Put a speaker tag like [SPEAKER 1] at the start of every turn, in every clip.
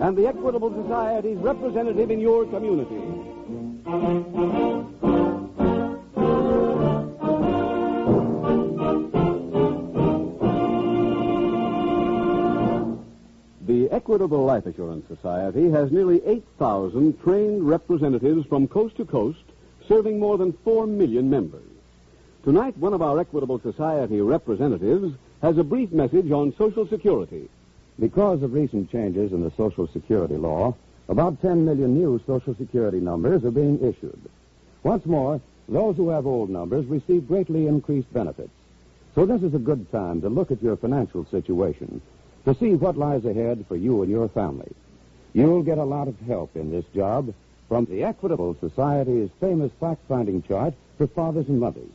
[SPEAKER 1] and the Equitable Society's representative in your community. The Equitable Life Assurance Society has nearly 8,000 trained representatives from coast to coast, serving more than 4 million members. Tonight, one of our Equitable Society representatives has a brief message on Social Security.
[SPEAKER 2] Because of recent changes in the Social Security law, about 10 million new Social Security numbers are being issued. Once more, those who have old numbers receive greatly increased benefits. So this is a good time to look at your financial situation, to see what lies ahead for you and your family. You'll get a lot of help in this job from the Equitable Society's famous fact-finding chart for fathers and mothers.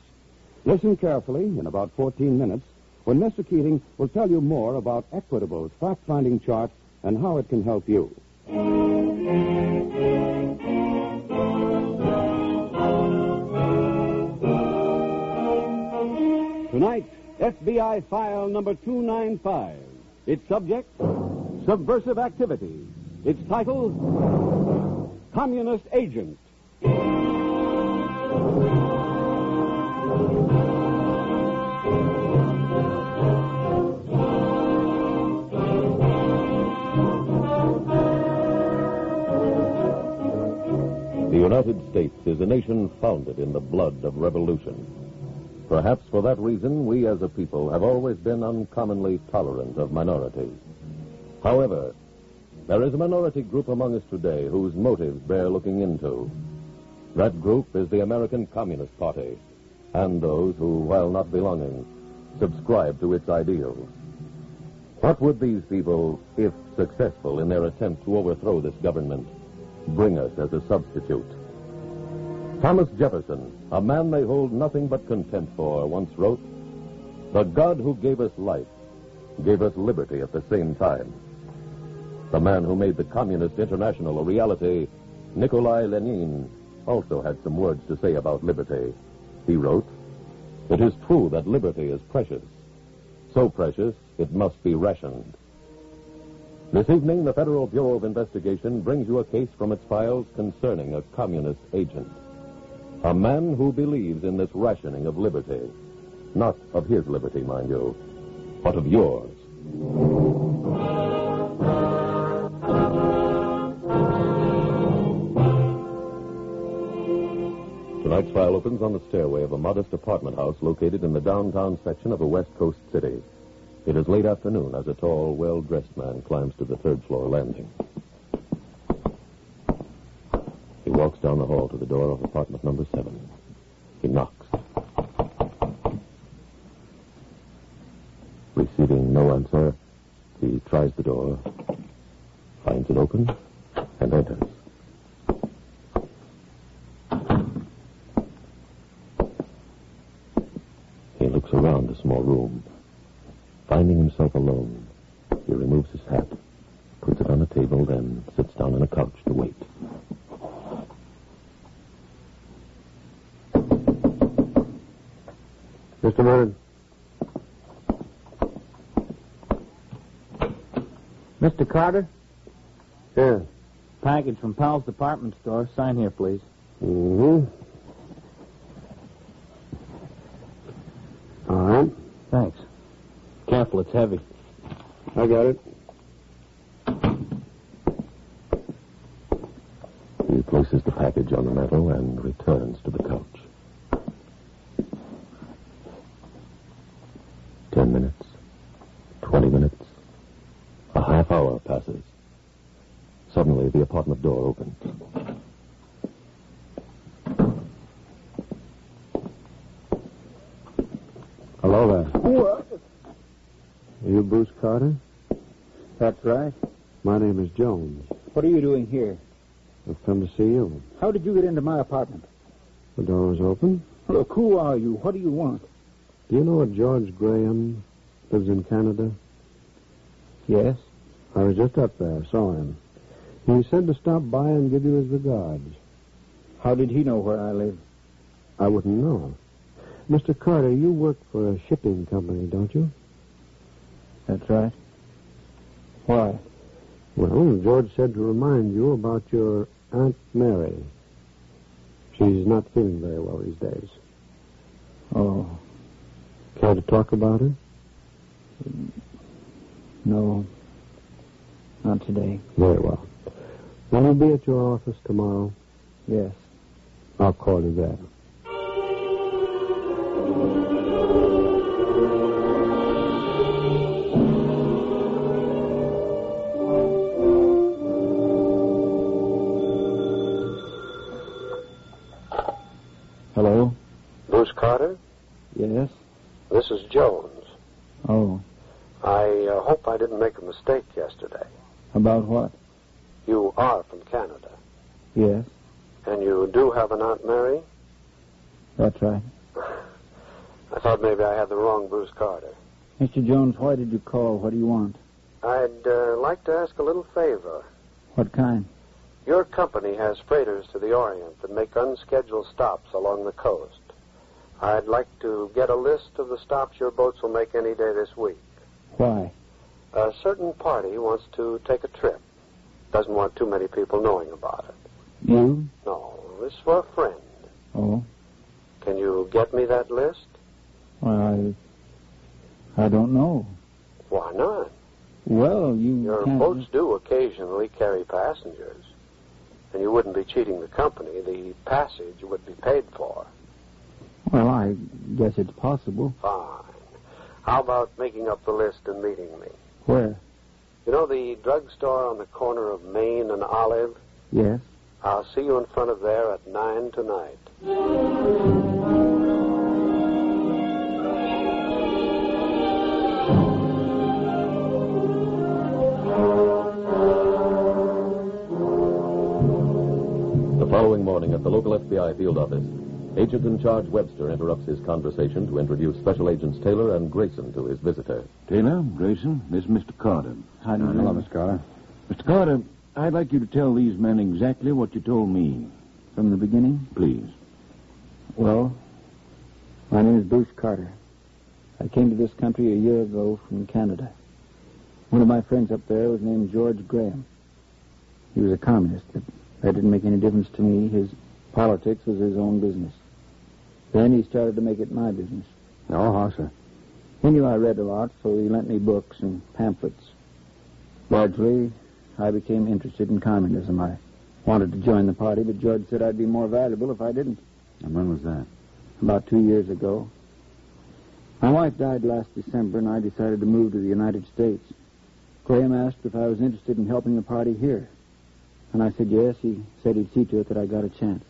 [SPEAKER 2] Listen carefully in about 14 minutes when Mr. Keating will tell you more about Equitable's fact finding chart and how it can help you.
[SPEAKER 1] Tonight, FBI file number 295. Its subject, subversive activity. Its title, Communist Agent.
[SPEAKER 3] The United States is a nation founded in the blood of revolution. Perhaps for that reason, we as a people have always been uncommonly tolerant of minorities. However, there is a minority group among us today whose motives bear looking into. That group is the American Communist Party and those who, while not belonging, subscribe to its ideals. What would these people, if successful in their attempt to overthrow this government, bring us as a substitute? Thomas Jefferson, a man they hold nothing but contempt for, once wrote, The God who gave us life gave us liberty at the same time. The man who made the Communist International a reality, Nikolai Lenin, also had some words to say about liberty. He wrote, It is true that liberty is precious. So precious, it must be rationed. This evening, the Federal Bureau of Investigation brings you a case from its files concerning a communist agent. A man who believes in this rationing of liberty. Not of his liberty, mind you, but of yours. Tonight's file opens on the stairway of a modest apartment house located in the downtown section of a West Coast city. It is late afternoon as a tall, well dressed man climbs to the third floor landing. He walks down the hall to the door of apartment number seven. He knocks. Receiving no answer, he tries the door, finds it open, and enters. He looks around the small room. Finding himself alone, he removes his hat, puts it on a table, then sits down on a couch to wait.
[SPEAKER 2] Mr. Merton.
[SPEAKER 4] Mr. Carter,
[SPEAKER 2] Yes.
[SPEAKER 4] package from Powell's department store. Sign here, please.
[SPEAKER 2] Mm-hmm. All right.
[SPEAKER 4] Thanks. Careful, it's heavy.
[SPEAKER 2] I got it.
[SPEAKER 3] He places the package on the mantel and returns to the couch. Ten minutes, twenty minutes, a half hour passes. Suddenly, the apartment door opens.
[SPEAKER 2] Hello there. You Bruce Carter?
[SPEAKER 4] That's right.
[SPEAKER 2] My name is Jones.
[SPEAKER 4] What are you doing here?
[SPEAKER 2] I've come to see you.
[SPEAKER 4] How did you get into my apartment?
[SPEAKER 2] The door is open.
[SPEAKER 4] Look, who are you? What do you want?
[SPEAKER 2] Do you know a George Graham lives in Canada?
[SPEAKER 4] Yes.
[SPEAKER 2] I was just up there, saw him. He said to stop by and give you his regards.
[SPEAKER 4] How did he know where I live?
[SPEAKER 2] I wouldn't know. Mr. Carter, you work for a shipping company, don't you?
[SPEAKER 4] That's right. Why?
[SPEAKER 2] Well, George said to remind you about your Aunt Mary. She's not feeling very well these days.
[SPEAKER 4] Oh,
[SPEAKER 2] Care to talk about her?
[SPEAKER 4] no. Not today.
[SPEAKER 2] Very well. Will you be at your office tomorrow?
[SPEAKER 4] Yes.
[SPEAKER 2] I'll call you there.
[SPEAKER 4] Hello?
[SPEAKER 5] Bruce Carter,
[SPEAKER 4] Yes?
[SPEAKER 5] this is Jones.
[SPEAKER 4] Oh,
[SPEAKER 5] I uh, hope I didn't make a mistake yesterday.
[SPEAKER 4] about what?
[SPEAKER 5] You are from Canada,
[SPEAKER 4] Yes,
[SPEAKER 5] and you do have an Aunt Mary?
[SPEAKER 4] that's right.
[SPEAKER 5] I thought maybe I had the wrong Bruce Carter.
[SPEAKER 4] Mr. Jones, why did you call? What do you want?
[SPEAKER 5] I'd uh, like to ask a little favor.
[SPEAKER 4] What kind?
[SPEAKER 5] Your company has freighters to the Orient that make unscheduled stops along the coast. I'd like to get a list of the stops your boats will make any day this week.
[SPEAKER 4] Why?
[SPEAKER 5] A certain party wants to take a trip. Doesn't want too many people knowing about it.
[SPEAKER 4] You?
[SPEAKER 5] No, this is for a friend.
[SPEAKER 4] Oh,
[SPEAKER 5] Can you get me that list?
[SPEAKER 4] well, I, I don't know.
[SPEAKER 5] Why not?
[SPEAKER 4] Well, you
[SPEAKER 5] Your
[SPEAKER 4] can't...
[SPEAKER 5] boats do occasionally carry passengers. And you wouldn't be cheating the company. The passage would be paid for.
[SPEAKER 4] Well, I guess it's possible.
[SPEAKER 5] Fine. How about making up the list and meeting me?
[SPEAKER 4] Where?
[SPEAKER 5] You know the drugstore on the corner of Main and Olive?
[SPEAKER 4] Yes.
[SPEAKER 5] I'll see you in front of there at 9 tonight.
[SPEAKER 3] The following morning at the local FBI field office, Agent in charge Webster interrupts his conversation to introduce Special Agents Taylor and Grayson to his visitor.
[SPEAKER 6] Taylor, Grayson, this is Mr. Carter.
[SPEAKER 4] How do you
[SPEAKER 6] Hello,
[SPEAKER 4] know?
[SPEAKER 6] Mr. Mr. Carter, I'd like you to tell these men exactly what you told me,
[SPEAKER 4] From the beginning?
[SPEAKER 6] please.
[SPEAKER 4] Well, my name is Bruce Carter. I came to this country a year ago from Canada. One of my friends up there was named George Graham. He was a communist, but that didn't make any difference to me. His politics was his own business. Then he started to make it my business.
[SPEAKER 2] No, how, sir?
[SPEAKER 4] He knew I read a lot, so he lent me books and pamphlets. Largely, I became interested in communism. I wanted to join the party, but George said I'd be more valuable if I didn't.
[SPEAKER 6] And when was that?
[SPEAKER 4] About two years ago. My wife died last December, and I decided to move to the United States. Graham asked if I was interested in helping the party here. And I said yes. He said he'd see to it that I got a chance.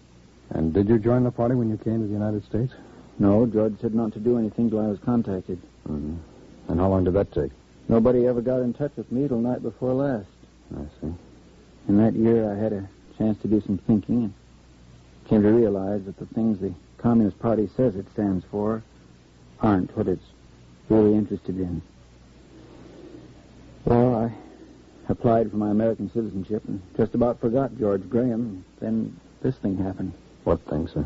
[SPEAKER 2] And did you join the party when you came to the United States?
[SPEAKER 4] No, George said not to do anything till I was contacted.
[SPEAKER 2] Mm-hmm. And how long did that take?
[SPEAKER 4] Nobody ever got in touch with me till night before last.
[SPEAKER 2] I see.
[SPEAKER 4] In that year, I had a chance to do some thinking and came to realize that the things the Communist Party says it stands for aren't what it's really interested in. Well, I applied for my American citizenship and just about forgot George Graham. Then this thing happened.
[SPEAKER 2] What thing, sir?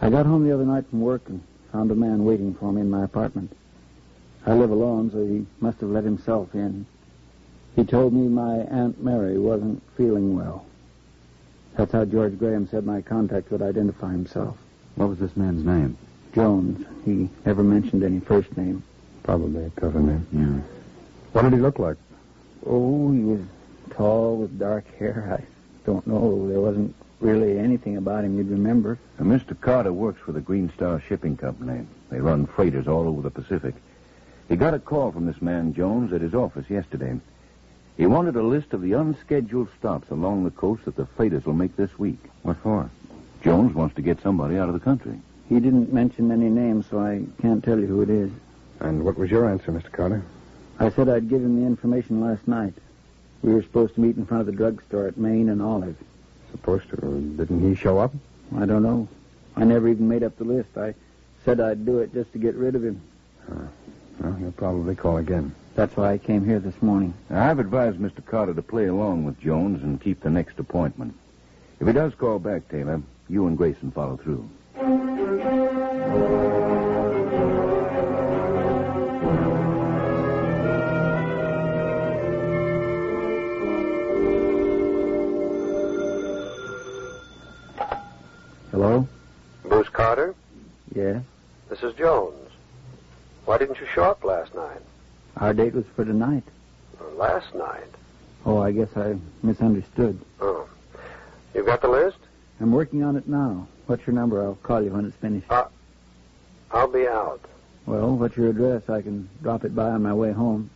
[SPEAKER 4] I got home the other night from work and found a man waiting for me in my apartment. I live alone, so he must have let himself in. He told me my Aunt Mary wasn't feeling well. That's how George Graham said my contact would identify himself.
[SPEAKER 6] What was this man's name?
[SPEAKER 4] Jones. He never mentioned any first name.
[SPEAKER 2] Probably a cover name.
[SPEAKER 6] Yeah.
[SPEAKER 2] What did he look like?
[SPEAKER 4] Oh, he was tall with dark hair. I don't know. There wasn't really anything about him you'd remember.
[SPEAKER 6] Now, Mr. Carter works for the Green Star Shipping Company. They run freighters all over the Pacific. He got a call from this man Jones at his office yesterday. He wanted a list of the unscheduled stops along the coast that the freighters will make this week. What for? Jones wants to get somebody out of the country.
[SPEAKER 4] He didn't mention any name, so I can't tell you who it is.
[SPEAKER 2] And what was your answer, Mr. Carter?
[SPEAKER 4] I said I'd give him the information last night. We were supposed to meet in front of the drugstore at Maine and Olive.
[SPEAKER 7] supposed to. uh, Didn't he show up?
[SPEAKER 4] I don't know. I never even made up the list. I said I'd do it just to get rid of him.
[SPEAKER 7] Well, he'll probably call again.
[SPEAKER 4] That's why I came here this morning.
[SPEAKER 6] I've advised Mr. Carter to play along with Jones and keep the next appointment. If he does call back, Taylor, you and Grayson follow through.
[SPEAKER 4] Hello?
[SPEAKER 5] Bruce Carter,
[SPEAKER 4] Yes.
[SPEAKER 5] this is Jones. Why didn't you show up last night?
[SPEAKER 4] Our date was for tonight.
[SPEAKER 5] Last night?
[SPEAKER 4] Oh, I guess I misunderstood.
[SPEAKER 5] Oh. You've got the list?
[SPEAKER 4] I'm working on it now. What's your number? I'll call you when it's finished.
[SPEAKER 5] I'll be out.
[SPEAKER 4] Well, what's your address? I can drop it by on my way home.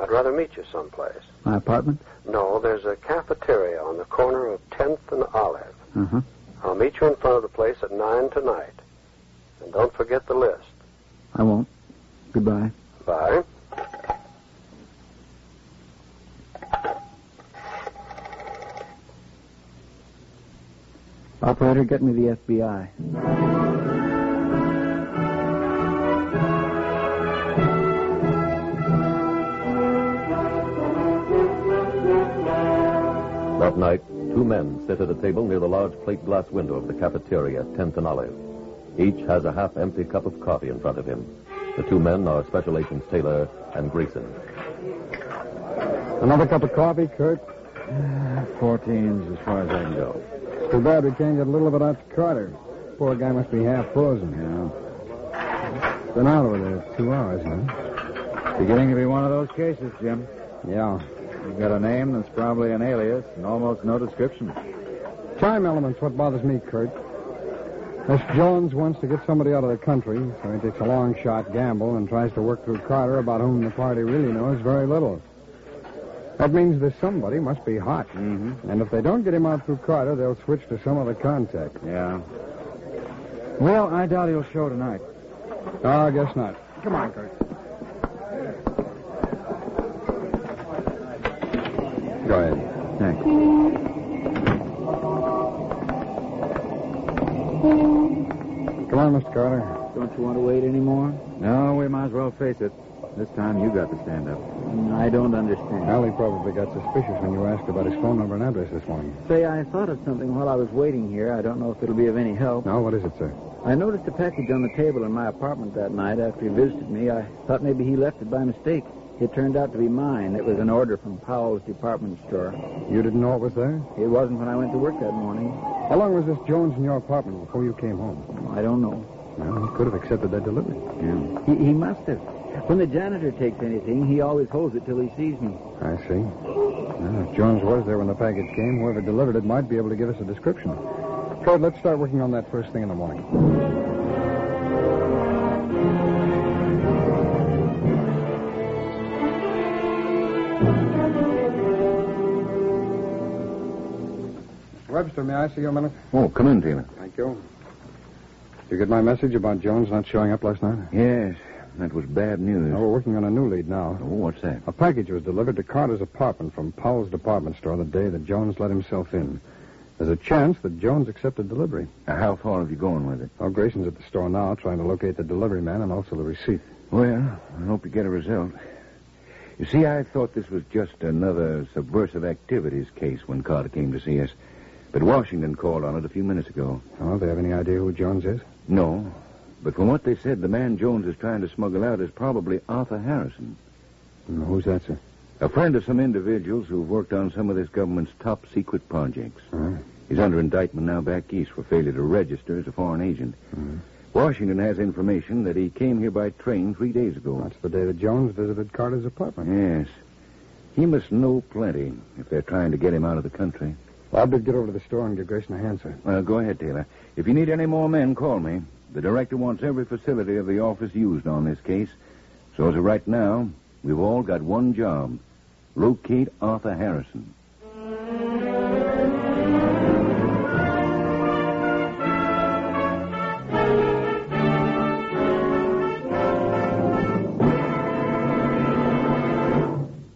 [SPEAKER 5] I'd rather meet you someplace.
[SPEAKER 4] My apartment?
[SPEAKER 5] No, there's a cafeteria on the corner of 10th and Olive.
[SPEAKER 4] Uh-huh.
[SPEAKER 5] I'll meet you in front of the place at 9 tonight. And don't forget the list.
[SPEAKER 4] I won't. Goodbye.
[SPEAKER 5] Bye.
[SPEAKER 4] Operator, get me the FBI.
[SPEAKER 3] That night, two men sit at a table near the large plate glass window of the cafeteria at 10th and Olive. Each has a half empty cup of coffee in front of him. The two men are Special Agents Taylor and Grayson.
[SPEAKER 2] Another cup of coffee, Kurt?
[SPEAKER 6] Fourteen's as far as I can go.
[SPEAKER 2] Too bad we can't get a little of it out to Carter. Poor guy must be half frozen.
[SPEAKER 7] Yeah. Been out over there two hours now. Beginning to be one of those cases, Jim. Yeah. You've got a name that's probably an alias and almost no description.
[SPEAKER 2] Time element's what bothers me, Kurt. Miss Jones wants to get somebody out of the country, so he takes a long shot gamble and tries to work through Carter, about whom the party really knows very little. That means this somebody must be hot.
[SPEAKER 7] Mm-hmm.
[SPEAKER 2] And if they don't get him out through Carter, they'll switch to some other contact.
[SPEAKER 7] Yeah. Well, I doubt he'll show tonight.
[SPEAKER 2] Oh, I guess not.
[SPEAKER 7] Come on, Kurt.
[SPEAKER 2] Go ahead.
[SPEAKER 7] Thanks.
[SPEAKER 2] Come on, Mr. Carter.
[SPEAKER 4] Don't you want to wait anymore?
[SPEAKER 7] No, we might as well face it. This time you got to stand up.
[SPEAKER 4] I don't understand.
[SPEAKER 2] Allie probably got suspicious when you asked about his phone number and address this morning.
[SPEAKER 4] Say, I thought of something while I was waiting here. I don't know if it'll be of any help.
[SPEAKER 2] Now, what is it, sir?
[SPEAKER 4] I noticed a package on the table in my apartment that night after he visited me. I thought maybe he left it by mistake. It turned out to be mine. It was an order from Powell's department store.
[SPEAKER 2] You didn't know it was there?
[SPEAKER 4] It wasn't when I went to work that morning.
[SPEAKER 2] How long was this Jones in your apartment before you came home?
[SPEAKER 4] I don't know.
[SPEAKER 2] Well, he could have accepted that delivery.
[SPEAKER 7] Yeah.
[SPEAKER 4] He, he must have. When the janitor takes anything, he always holds it till he sees me.
[SPEAKER 2] I see. Well, if Jones was there when the package came, whoever delivered it might be able to give us a description. Fred, let's start working on that first thing in the morning. Webster, may I see you a minute?
[SPEAKER 6] Oh, come in, Taylor.
[SPEAKER 2] Thank you. You get my message about Jones not showing up last night?
[SPEAKER 6] Yes, that was bad news.
[SPEAKER 2] No, we're working on a new lead now.
[SPEAKER 6] Oh, what's that?
[SPEAKER 2] A package was delivered to Carter's apartment from Powell's department store the day that Jones let himself in. There's a chance that Jones accepted delivery.
[SPEAKER 6] Now, Uh, how far have you gone with it?
[SPEAKER 2] Oh, Grayson's at the store now trying to locate the delivery man and also the receipt.
[SPEAKER 6] Well, I hope you get a result. You see, I thought this was just another subversive activities case when Carter came to see us. But Washington called on it a few minutes ago.
[SPEAKER 2] Oh, do they have any idea who Jones is?
[SPEAKER 6] No. But from what they said, the man Jones is trying to smuggle out is probably Arthur Harrison,
[SPEAKER 2] No, who's that, sir?
[SPEAKER 6] a friend of some individuals who've worked on some of this government's top secret projects.
[SPEAKER 2] Huh?
[SPEAKER 6] He's under indictment now back east for failure to register as a foreign agent.
[SPEAKER 2] Mhm.
[SPEAKER 6] Washington has information that he came here by train three days ago.
[SPEAKER 2] That's the day that Jones visited Carter's apartment.
[SPEAKER 6] Yes. He must know plenty if they're trying to get him out of the country.
[SPEAKER 2] Well, I better get over to the store and give Grayson a hand, sir.
[SPEAKER 6] Well, go ahead, Taylor. If you need any more men, call me. The director wants every facility of the office used on this case. So as of right now, we've all got one job. Locate Arthur Harrison.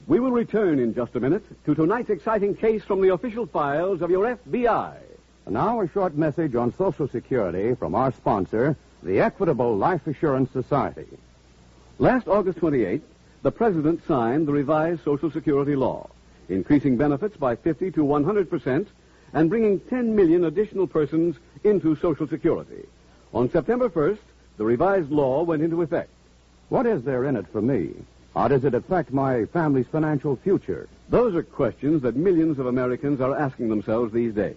[SPEAKER 1] We will return.
[SPEAKER 6] return in just a minute to tonight's exciting case from the official files of your FBI.
[SPEAKER 5] And now a short message on Social Security from our sponsor, the Equitable Life Assurance Society.
[SPEAKER 6] Last August 28th, the President signed the revised Social Security law, increasing benefits by 50 to 100 percent and bringing 10 million additional persons into Social Security. On September 1st, the revised law went into effect.
[SPEAKER 5] What is there in it for me? How does it affect my family's financial future?
[SPEAKER 6] Those are questions that millions of Americans are asking themselves these days.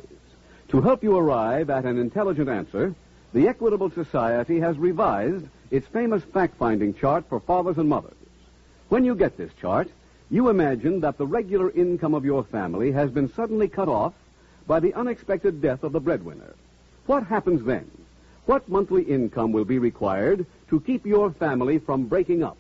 [SPEAKER 6] To help you arrive at an intelligent answer, the Equitable Society has revised its famous fact finding chart for fathers and mothers. When you get this chart, you imagine that the regular income of your family has been suddenly cut off by the unexpected death of the breadwinner. What happens then? What monthly income will be required to keep your family from breaking up?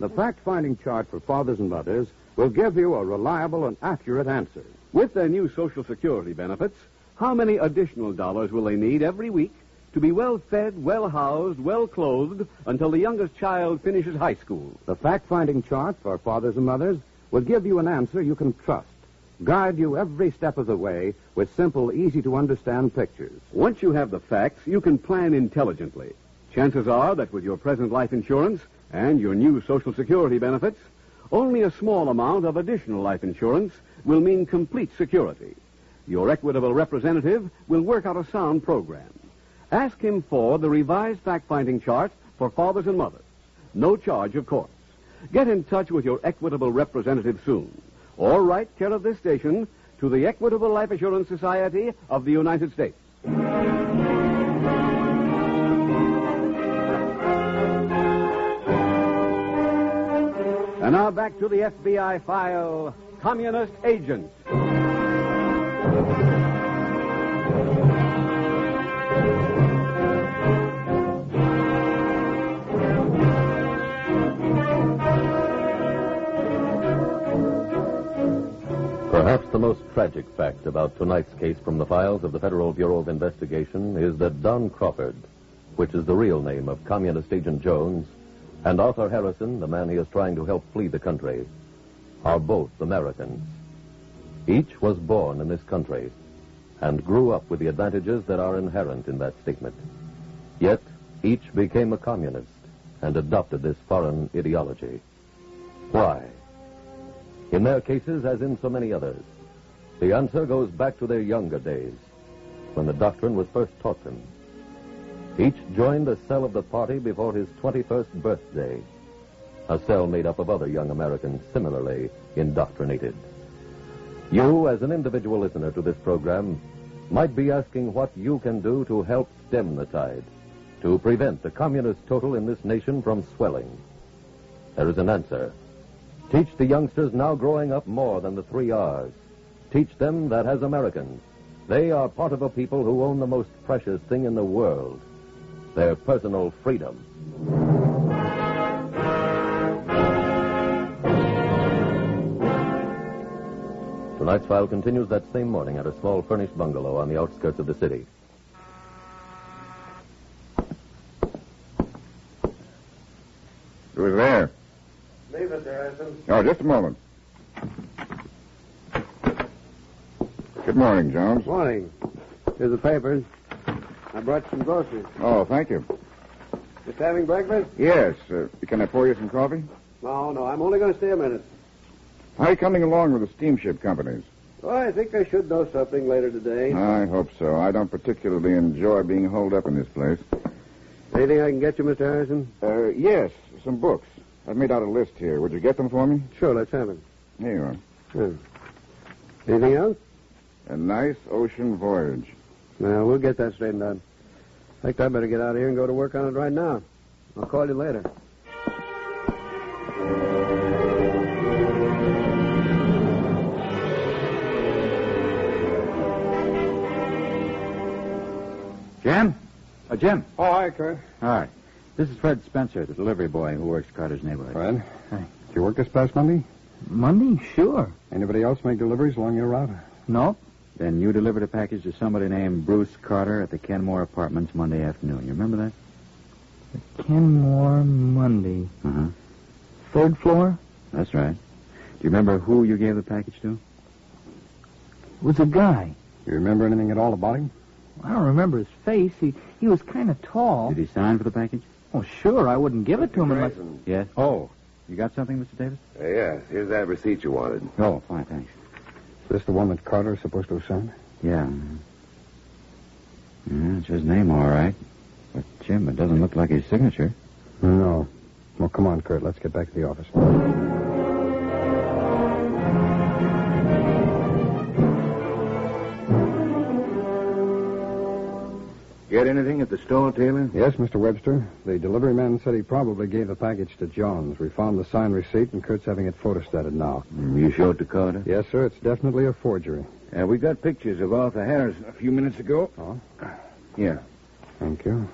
[SPEAKER 5] The fact finding chart for fathers and mothers will give you a reliable and accurate answer.
[SPEAKER 6] With their new Social Security benefits, how many additional dollars will they need every week to be well fed, well housed, well clothed until the youngest child finishes high school?
[SPEAKER 5] The fact finding chart for fathers and mothers will give you an answer you can trust, guide you every step of the way with simple, easy to understand pictures.
[SPEAKER 6] Once you have the facts, you can plan intelligently. Chances are that with your present life insurance and your new Social Security benefits, only a small amount of additional life insurance will mean complete security. Your equitable representative will work out a sound program. Ask him for the revised fact finding chart for fathers and mothers. No charge, of course. Get in touch with your equitable representative soon. Or write care of this station to the Equitable Life Assurance Society of the United States. And now back to the FBI file Communist Agent.
[SPEAKER 3] Perhaps the most tragic fact about tonight's case from the files of the Federal Bureau of Investigation is that Don Crawford, which is the real name of Communist Agent Jones, and Arthur Harrison, the man he is trying to help flee the country, are both Americans. Each was born in this country and grew up with the advantages that are inherent in that statement. Yet, each became a communist and adopted this foreign ideology. Why? In their cases, as in so many others, the answer goes back to their younger days, when the doctrine was first taught them. Each joined a cell of the party before his 21st birthday, a cell made up of other young Americans similarly indoctrinated. You, as an individual listener to this program, might be asking what you can do to help stem the tide, to prevent the communist total in this nation from swelling. There is an answer. Teach the youngsters now growing up more than the three R's. Teach them that as Americans, they are part of a people who own the most precious thing in the world their personal freedom. Tonight's file continues that same morning at a small furnished bungalow on the outskirts of the city.
[SPEAKER 8] Who's there?
[SPEAKER 9] Leave it, Harrison.
[SPEAKER 8] Oh, just a moment. Good morning, Jones.
[SPEAKER 5] Morning. Here's the papers. I brought some groceries.
[SPEAKER 8] Oh, thank you.
[SPEAKER 5] Just having breakfast?
[SPEAKER 8] Yes. Uh, can I pour you some coffee?
[SPEAKER 5] No, no. I'm only going to stay a minute.
[SPEAKER 8] How are you coming along with the steamship companies?
[SPEAKER 5] Well, Oh, I think I should know something later today.
[SPEAKER 8] I hope so. I don't particularly enjoy being holed up in this place.
[SPEAKER 5] Anything I can get you, Mr. Harrison?
[SPEAKER 8] Uh, yes, some books. I've made out a list here. Would you get them for me?
[SPEAKER 5] Sure, let's have it.
[SPEAKER 8] Here you are.
[SPEAKER 5] Sure. Anything else?
[SPEAKER 8] A nice ocean voyage.
[SPEAKER 5] No, we'll get that straightened out. In fact, I better get out of here and go to work on it right now. I'll call you later.
[SPEAKER 4] Jim? Uh, Jim.
[SPEAKER 5] Oh, hi, Kurt.
[SPEAKER 4] Hi. This is Fred Spencer, the delivery boy who works Carter's neighborhood.
[SPEAKER 5] Fred?
[SPEAKER 4] Hi.
[SPEAKER 5] Did you work this past Monday?
[SPEAKER 4] Monday? Sure.
[SPEAKER 5] Anybody else make deliveries along your route?
[SPEAKER 4] No. Then you delivered a package to somebody named Bruce Carter at the Kenmore Apartments Monday afternoon. You remember that?
[SPEAKER 10] Kenmore Monday.
[SPEAKER 4] Uh huh.
[SPEAKER 7] Uh-huh.
[SPEAKER 10] Third floor?
[SPEAKER 4] That's right.
[SPEAKER 7] you remember who you gave the package to?
[SPEAKER 11] It was a guy.
[SPEAKER 7] You remember anything at all about him?
[SPEAKER 11] I don't remember his face. He he was kind of tall.
[SPEAKER 7] Did he sign for the package?
[SPEAKER 11] Well, sure, I wouldn't give it to him unless.
[SPEAKER 7] Yes. Oh, you got something, Mr. Davis?
[SPEAKER 12] yes, Uh, here's that receipt you wanted.
[SPEAKER 7] No, Oh, fine, thanks.
[SPEAKER 2] Is this the one that Carter is supposed to have signed?
[SPEAKER 7] Yeah. Yeah, it's his name, all right. But, Jim, it doesn't look like his signature.
[SPEAKER 2] No. Well, come on, Kurt. Let's get back to the office.
[SPEAKER 6] Get anything at the store, Taylor?
[SPEAKER 2] Yes, Mr. Webster. The delivery man said he probably gave the package to Johns. We found the signed receipt, and Kurt's having it photostated now.
[SPEAKER 6] You showed to Carter?
[SPEAKER 2] Yes, sir. It's definitely a forgery.
[SPEAKER 6] Yeah, we Uh, got pictures of Arthur Harrison a few minutes ago.
[SPEAKER 2] Oh?
[SPEAKER 6] Yeah.
[SPEAKER 2] Thank you.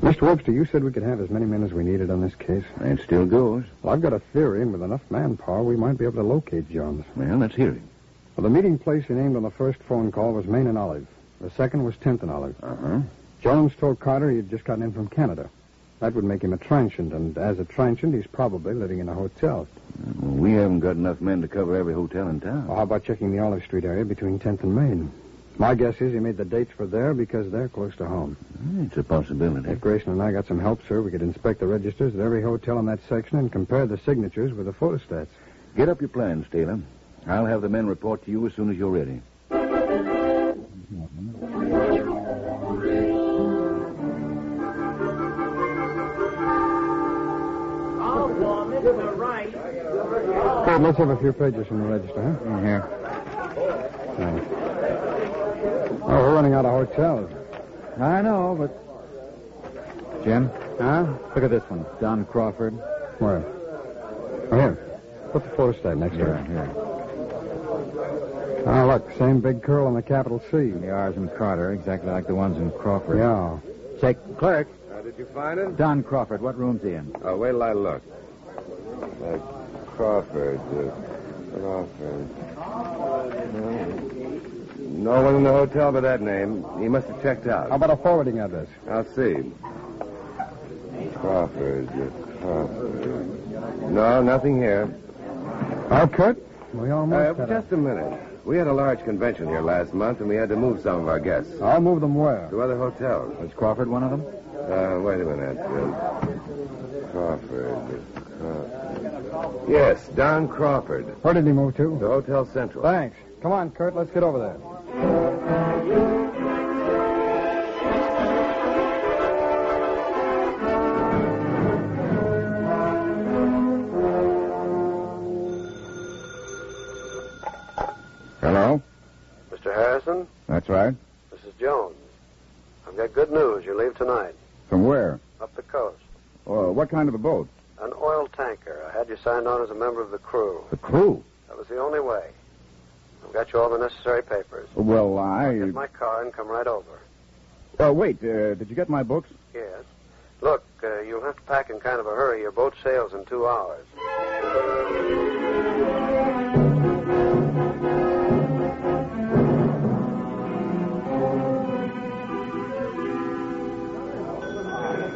[SPEAKER 2] Mr. Webster, you said we could have as many men as we needed on this case.
[SPEAKER 6] It still goes.
[SPEAKER 2] Well, I've got a theory, and with enough manpower, we might be able to locate Johns.
[SPEAKER 6] Well, let's hear it.
[SPEAKER 2] Well, the meeting place he named on the first phone call was Main and Olive. The second was 10th and Olive.
[SPEAKER 6] Uh-huh.
[SPEAKER 2] Jones told Carter he had just gotten in from Canada. That would make him a transient, and as a transient, he's probably living in a hotel.
[SPEAKER 6] Well, we haven't got enough men to cover every hotel in town.
[SPEAKER 2] Well, how about checking the Olive Street area between 10th and Main? My guess is he made the dates for there because they're close to home.
[SPEAKER 6] It's a possibility.
[SPEAKER 2] If Grayson and I got some help, sir, we could inspect the registers at every hotel in that section and compare the signatures with the photostats.
[SPEAKER 6] Get up your plans, Taylor. I'll have the men report to you as soon as you're ready.
[SPEAKER 2] Kurt, let's have a few pages from the register, huh?
[SPEAKER 7] Here.
[SPEAKER 6] Mm-hmm.
[SPEAKER 2] Oh, we're running out of hotels.
[SPEAKER 7] I know, but. Jim? Huh? Look at this one. Don Crawford.
[SPEAKER 2] Where? Oh, here. Put the photostat next to it.
[SPEAKER 7] yeah.
[SPEAKER 2] Ah, look, same big curl on the capital C.
[SPEAKER 7] The R's in Carter, exactly like the ones in Crawford.
[SPEAKER 2] Yeah.
[SPEAKER 7] Check. Clerk,
[SPEAKER 12] Now, did you find it?
[SPEAKER 7] Don Crawford, what room's he in?
[SPEAKER 12] Oh, wait till I look. Uh, Crawford. Uh, Crawford. No. no one in the hotel by that name. He must have checked
[SPEAKER 2] How
[SPEAKER 12] out.
[SPEAKER 2] about a forwarding address?
[SPEAKER 12] I'll see. Crawford. uh, Crawford. No, nothing here.
[SPEAKER 2] Oh, Kurt? We
[SPEAKER 12] Uh,
[SPEAKER 2] almost had
[SPEAKER 12] just a minute. We had a large convention here last month, and we had to move some of our guests
[SPEAKER 2] a... I'll move them where?
[SPEAKER 12] to other hotels.
[SPEAKER 7] Was Crawford one of them?
[SPEAKER 12] Uh, wait a minute. Uh, Crawford. uh, Crawford. Yes, Don Crawford.
[SPEAKER 2] Where did he move
[SPEAKER 12] The
[SPEAKER 2] to?
[SPEAKER 12] Hotel Central.
[SPEAKER 2] Thanks. Come on, Kurt, let's get over there.
[SPEAKER 6] Hello?
[SPEAKER 5] Mr. Harrison,
[SPEAKER 6] That's right.
[SPEAKER 5] this is Jones. I've got good news. You leave tonight.
[SPEAKER 6] From where?
[SPEAKER 5] Up the coast.
[SPEAKER 6] Oh, what kind of a boat?
[SPEAKER 5] An oil tanker. I had you signed on as a member of the crew.
[SPEAKER 6] The crew.
[SPEAKER 5] That was the only way. I've got you all the necessary papers.
[SPEAKER 6] Well, I.
[SPEAKER 5] Get my car and come right over.
[SPEAKER 6] Oh, wait. Uh, did you get my books?
[SPEAKER 5] Yes. Look, uh, you'll have to pack in kind of a hurry. Your boat sails in two hours.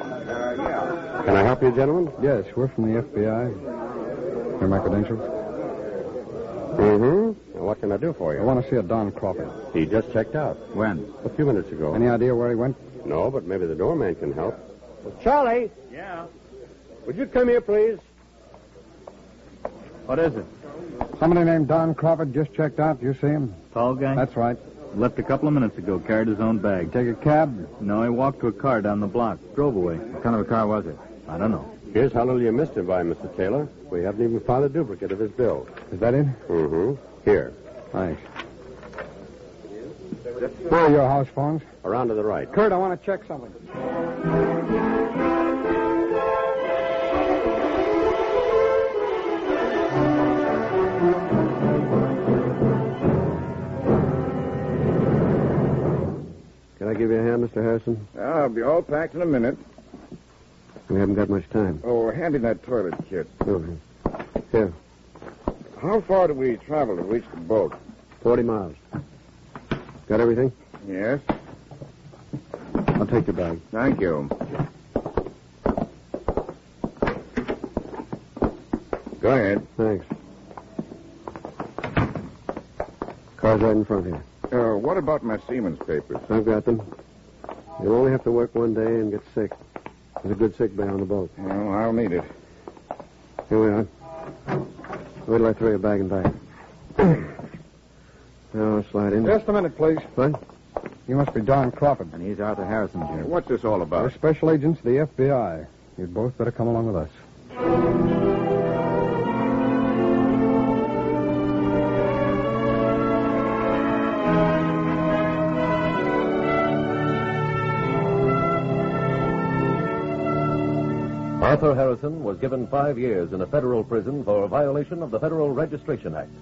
[SPEAKER 2] Can I help you, gentlemen? Yes, we're from the FBI. Here are my credentials.
[SPEAKER 12] Mm-hmm. What can I do for
[SPEAKER 2] I want to see a Don Crawford.
[SPEAKER 12] He just checked out
[SPEAKER 7] When?
[SPEAKER 12] a few minutes ago.
[SPEAKER 2] Any idea where he went?
[SPEAKER 12] No, but maybe the doorman can help. Charlie. Yeah. Would you come here, please?
[SPEAKER 4] What is it?
[SPEAKER 2] Somebody named Don Crawford just checked out. You see him?
[SPEAKER 4] Tall guy?
[SPEAKER 2] That's right.
[SPEAKER 4] Left a couple of minutes ago, carried his own bag.
[SPEAKER 2] Take a cab.
[SPEAKER 4] No, he walked to a car down the block, drove away.
[SPEAKER 7] What kind of a car was it?
[SPEAKER 4] I don't know.
[SPEAKER 12] Here's how little you missed him by, Mr. Taylor. We haven't even found a duplicate of his bill.
[SPEAKER 2] Is that it?
[SPEAKER 12] Mm-hmm. Here,
[SPEAKER 2] Thanks. Where are your house phones?
[SPEAKER 12] around to the right.
[SPEAKER 2] Kurt, I want to check something.
[SPEAKER 12] Can I give you a hand, Mr. Harrison?
[SPEAKER 6] I'll Ah, be all packed in a minute.
[SPEAKER 12] We haven't got much time.
[SPEAKER 6] Oh, hand in that toilet kit.
[SPEAKER 12] Okay.
[SPEAKER 6] How far did we travel to reach the boat?
[SPEAKER 12] Forty miles. Got everything?
[SPEAKER 6] Yes.
[SPEAKER 12] I'll take the bag.
[SPEAKER 6] Thank you. Go ahead.
[SPEAKER 12] Thanks.
[SPEAKER 6] Car's right in front here. Uh, what about my Siemens papers? I've got them. You'll only have to work one day and get sick. There's a good sick bay on the boat. Well, I'll need it. Here we are. Wait till I throw your bag and back. now, slide in.
[SPEAKER 13] Just a minute, please.
[SPEAKER 6] What?
[SPEAKER 13] You must be Don Crawford.
[SPEAKER 14] And he's Arthur Harrison, Jim.
[SPEAKER 6] What's this all
[SPEAKER 13] We're
[SPEAKER 6] about?
[SPEAKER 13] special agents of the FBI. You'd both better come along with us.
[SPEAKER 3] Arthur Harrison was given five years in a federal prison for a violation of the Federal Registration Act.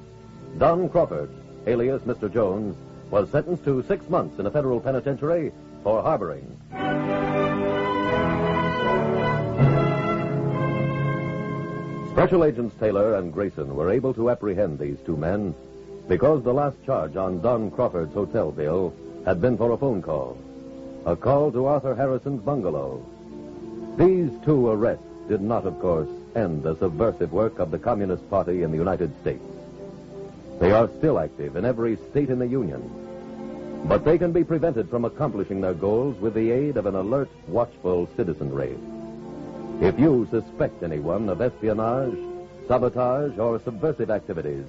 [SPEAKER 3] Don Crawford, alias Mr. Jones, was sentenced to six months in a federal penitentiary for harboring. Special Agents Taylor and Grayson were able to apprehend these two men because the last charge on Don Crawford's hotel bill had been for a phone call. A call to Arthur Harrison's bungalow. These two arrests did not, of course, end the subversive work of the Communist Party in the United States. They are still active in every state in the Union. But they can be prevented from accomplishing their goals with the aid of an alert, watchful citizenry. If you suspect anyone of espionage, sabotage, or subversive activities,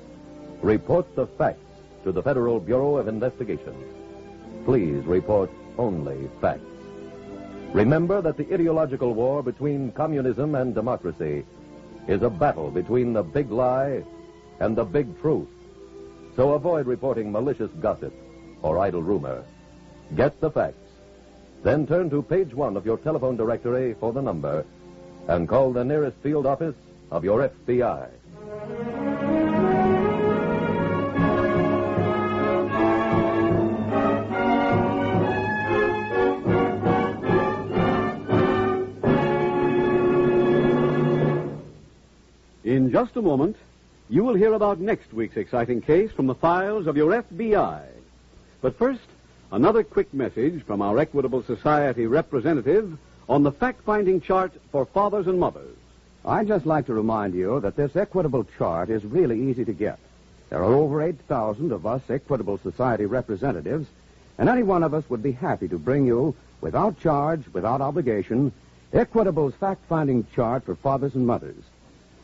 [SPEAKER 3] report the facts to the Federal Bureau of Investigation. Please report only facts. Remember that the ideological war between communism and democracy is a battle between the big lie and the big truth. So avoid reporting malicious gossip or idle rumor. Get the facts. Then turn to page one of your telephone directory for the number and call the nearest field office of your FBI.
[SPEAKER 2] In just a moment, you will hear about next week's exciting case from the files of your FBI. But first, another quick message from our Equitable Society representative on the fact finding chart for fathers and mothers.
[SPEAKER 15] I'd just like to remind you that this equitable chart is really easy to get. There are over 8,000 of us Equitable Society representatives, and any one of us would be happy to bring you, without charge, without obligation, Equitable's fact finding chart for fathers and mothers.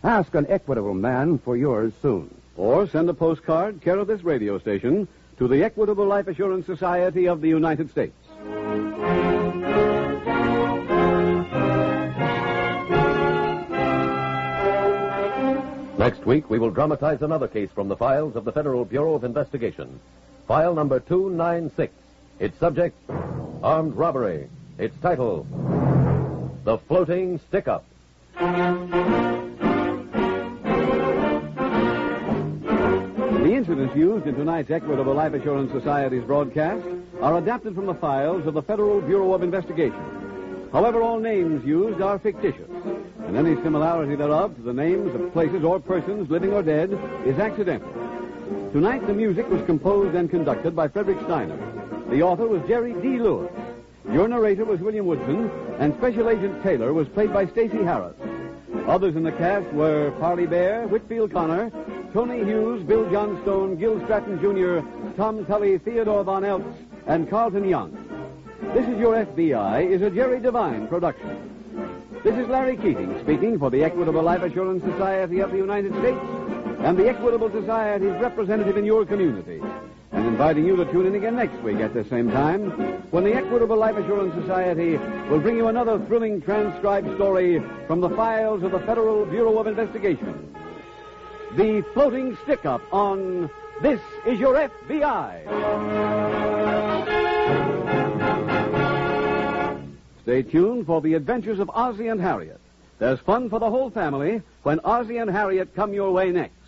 [SPEAKER 15] Ask an Equitable man for yours soon.
[SPEAKER 2] Or send a postcard, care of this radio station, to the Equitable Life Assurance Society of the United States.
[SPEAKER 3] Next week, we will dramatize another case from the files of the Federal Bureau of Investigation. File number 296. Its subject, armed robbery. Its title, The Floating Stick Up.
[SPEAKER 2] The incidents used in tonight's Equitable Life Assurance Society's broadcast are adapted from the files of the Federal Bureau of Investigation. However, all names used are fictitious, and any similarity thereof to the names of places or persons, living or dead, is accidental. Tonight, the music was composed and conducted by Frederick Steiner. The author was Jerry D. Lewis. Your narrator was William Woodson, and Special Agent Taylor was played by Stacey Harris. Others in the cast were Parley Bear, Whitfield Connor, Tony Hughes, Bill Johnstone, Gil Stratton Jr., Tom Tully, Theodore Von Eltz, and Carlton Young. This is Your FBI is a Jerry Devine production. This is Larry Keating speaking for the Equitable Life Assurance Society of the United States and the Equitable Society's representative in your community. And inviting you to tune in again next week at the same time when the Equitable Life Assurance Society will bring you another thrilling transcribed story from the files of the Federal Bureau of Investigation. The floating stick up on This Is Your FBI. Stay tuned for the adventures of Ozzie and Harriet. There's fun for the whole family when Ozzie and Harriet come your way next.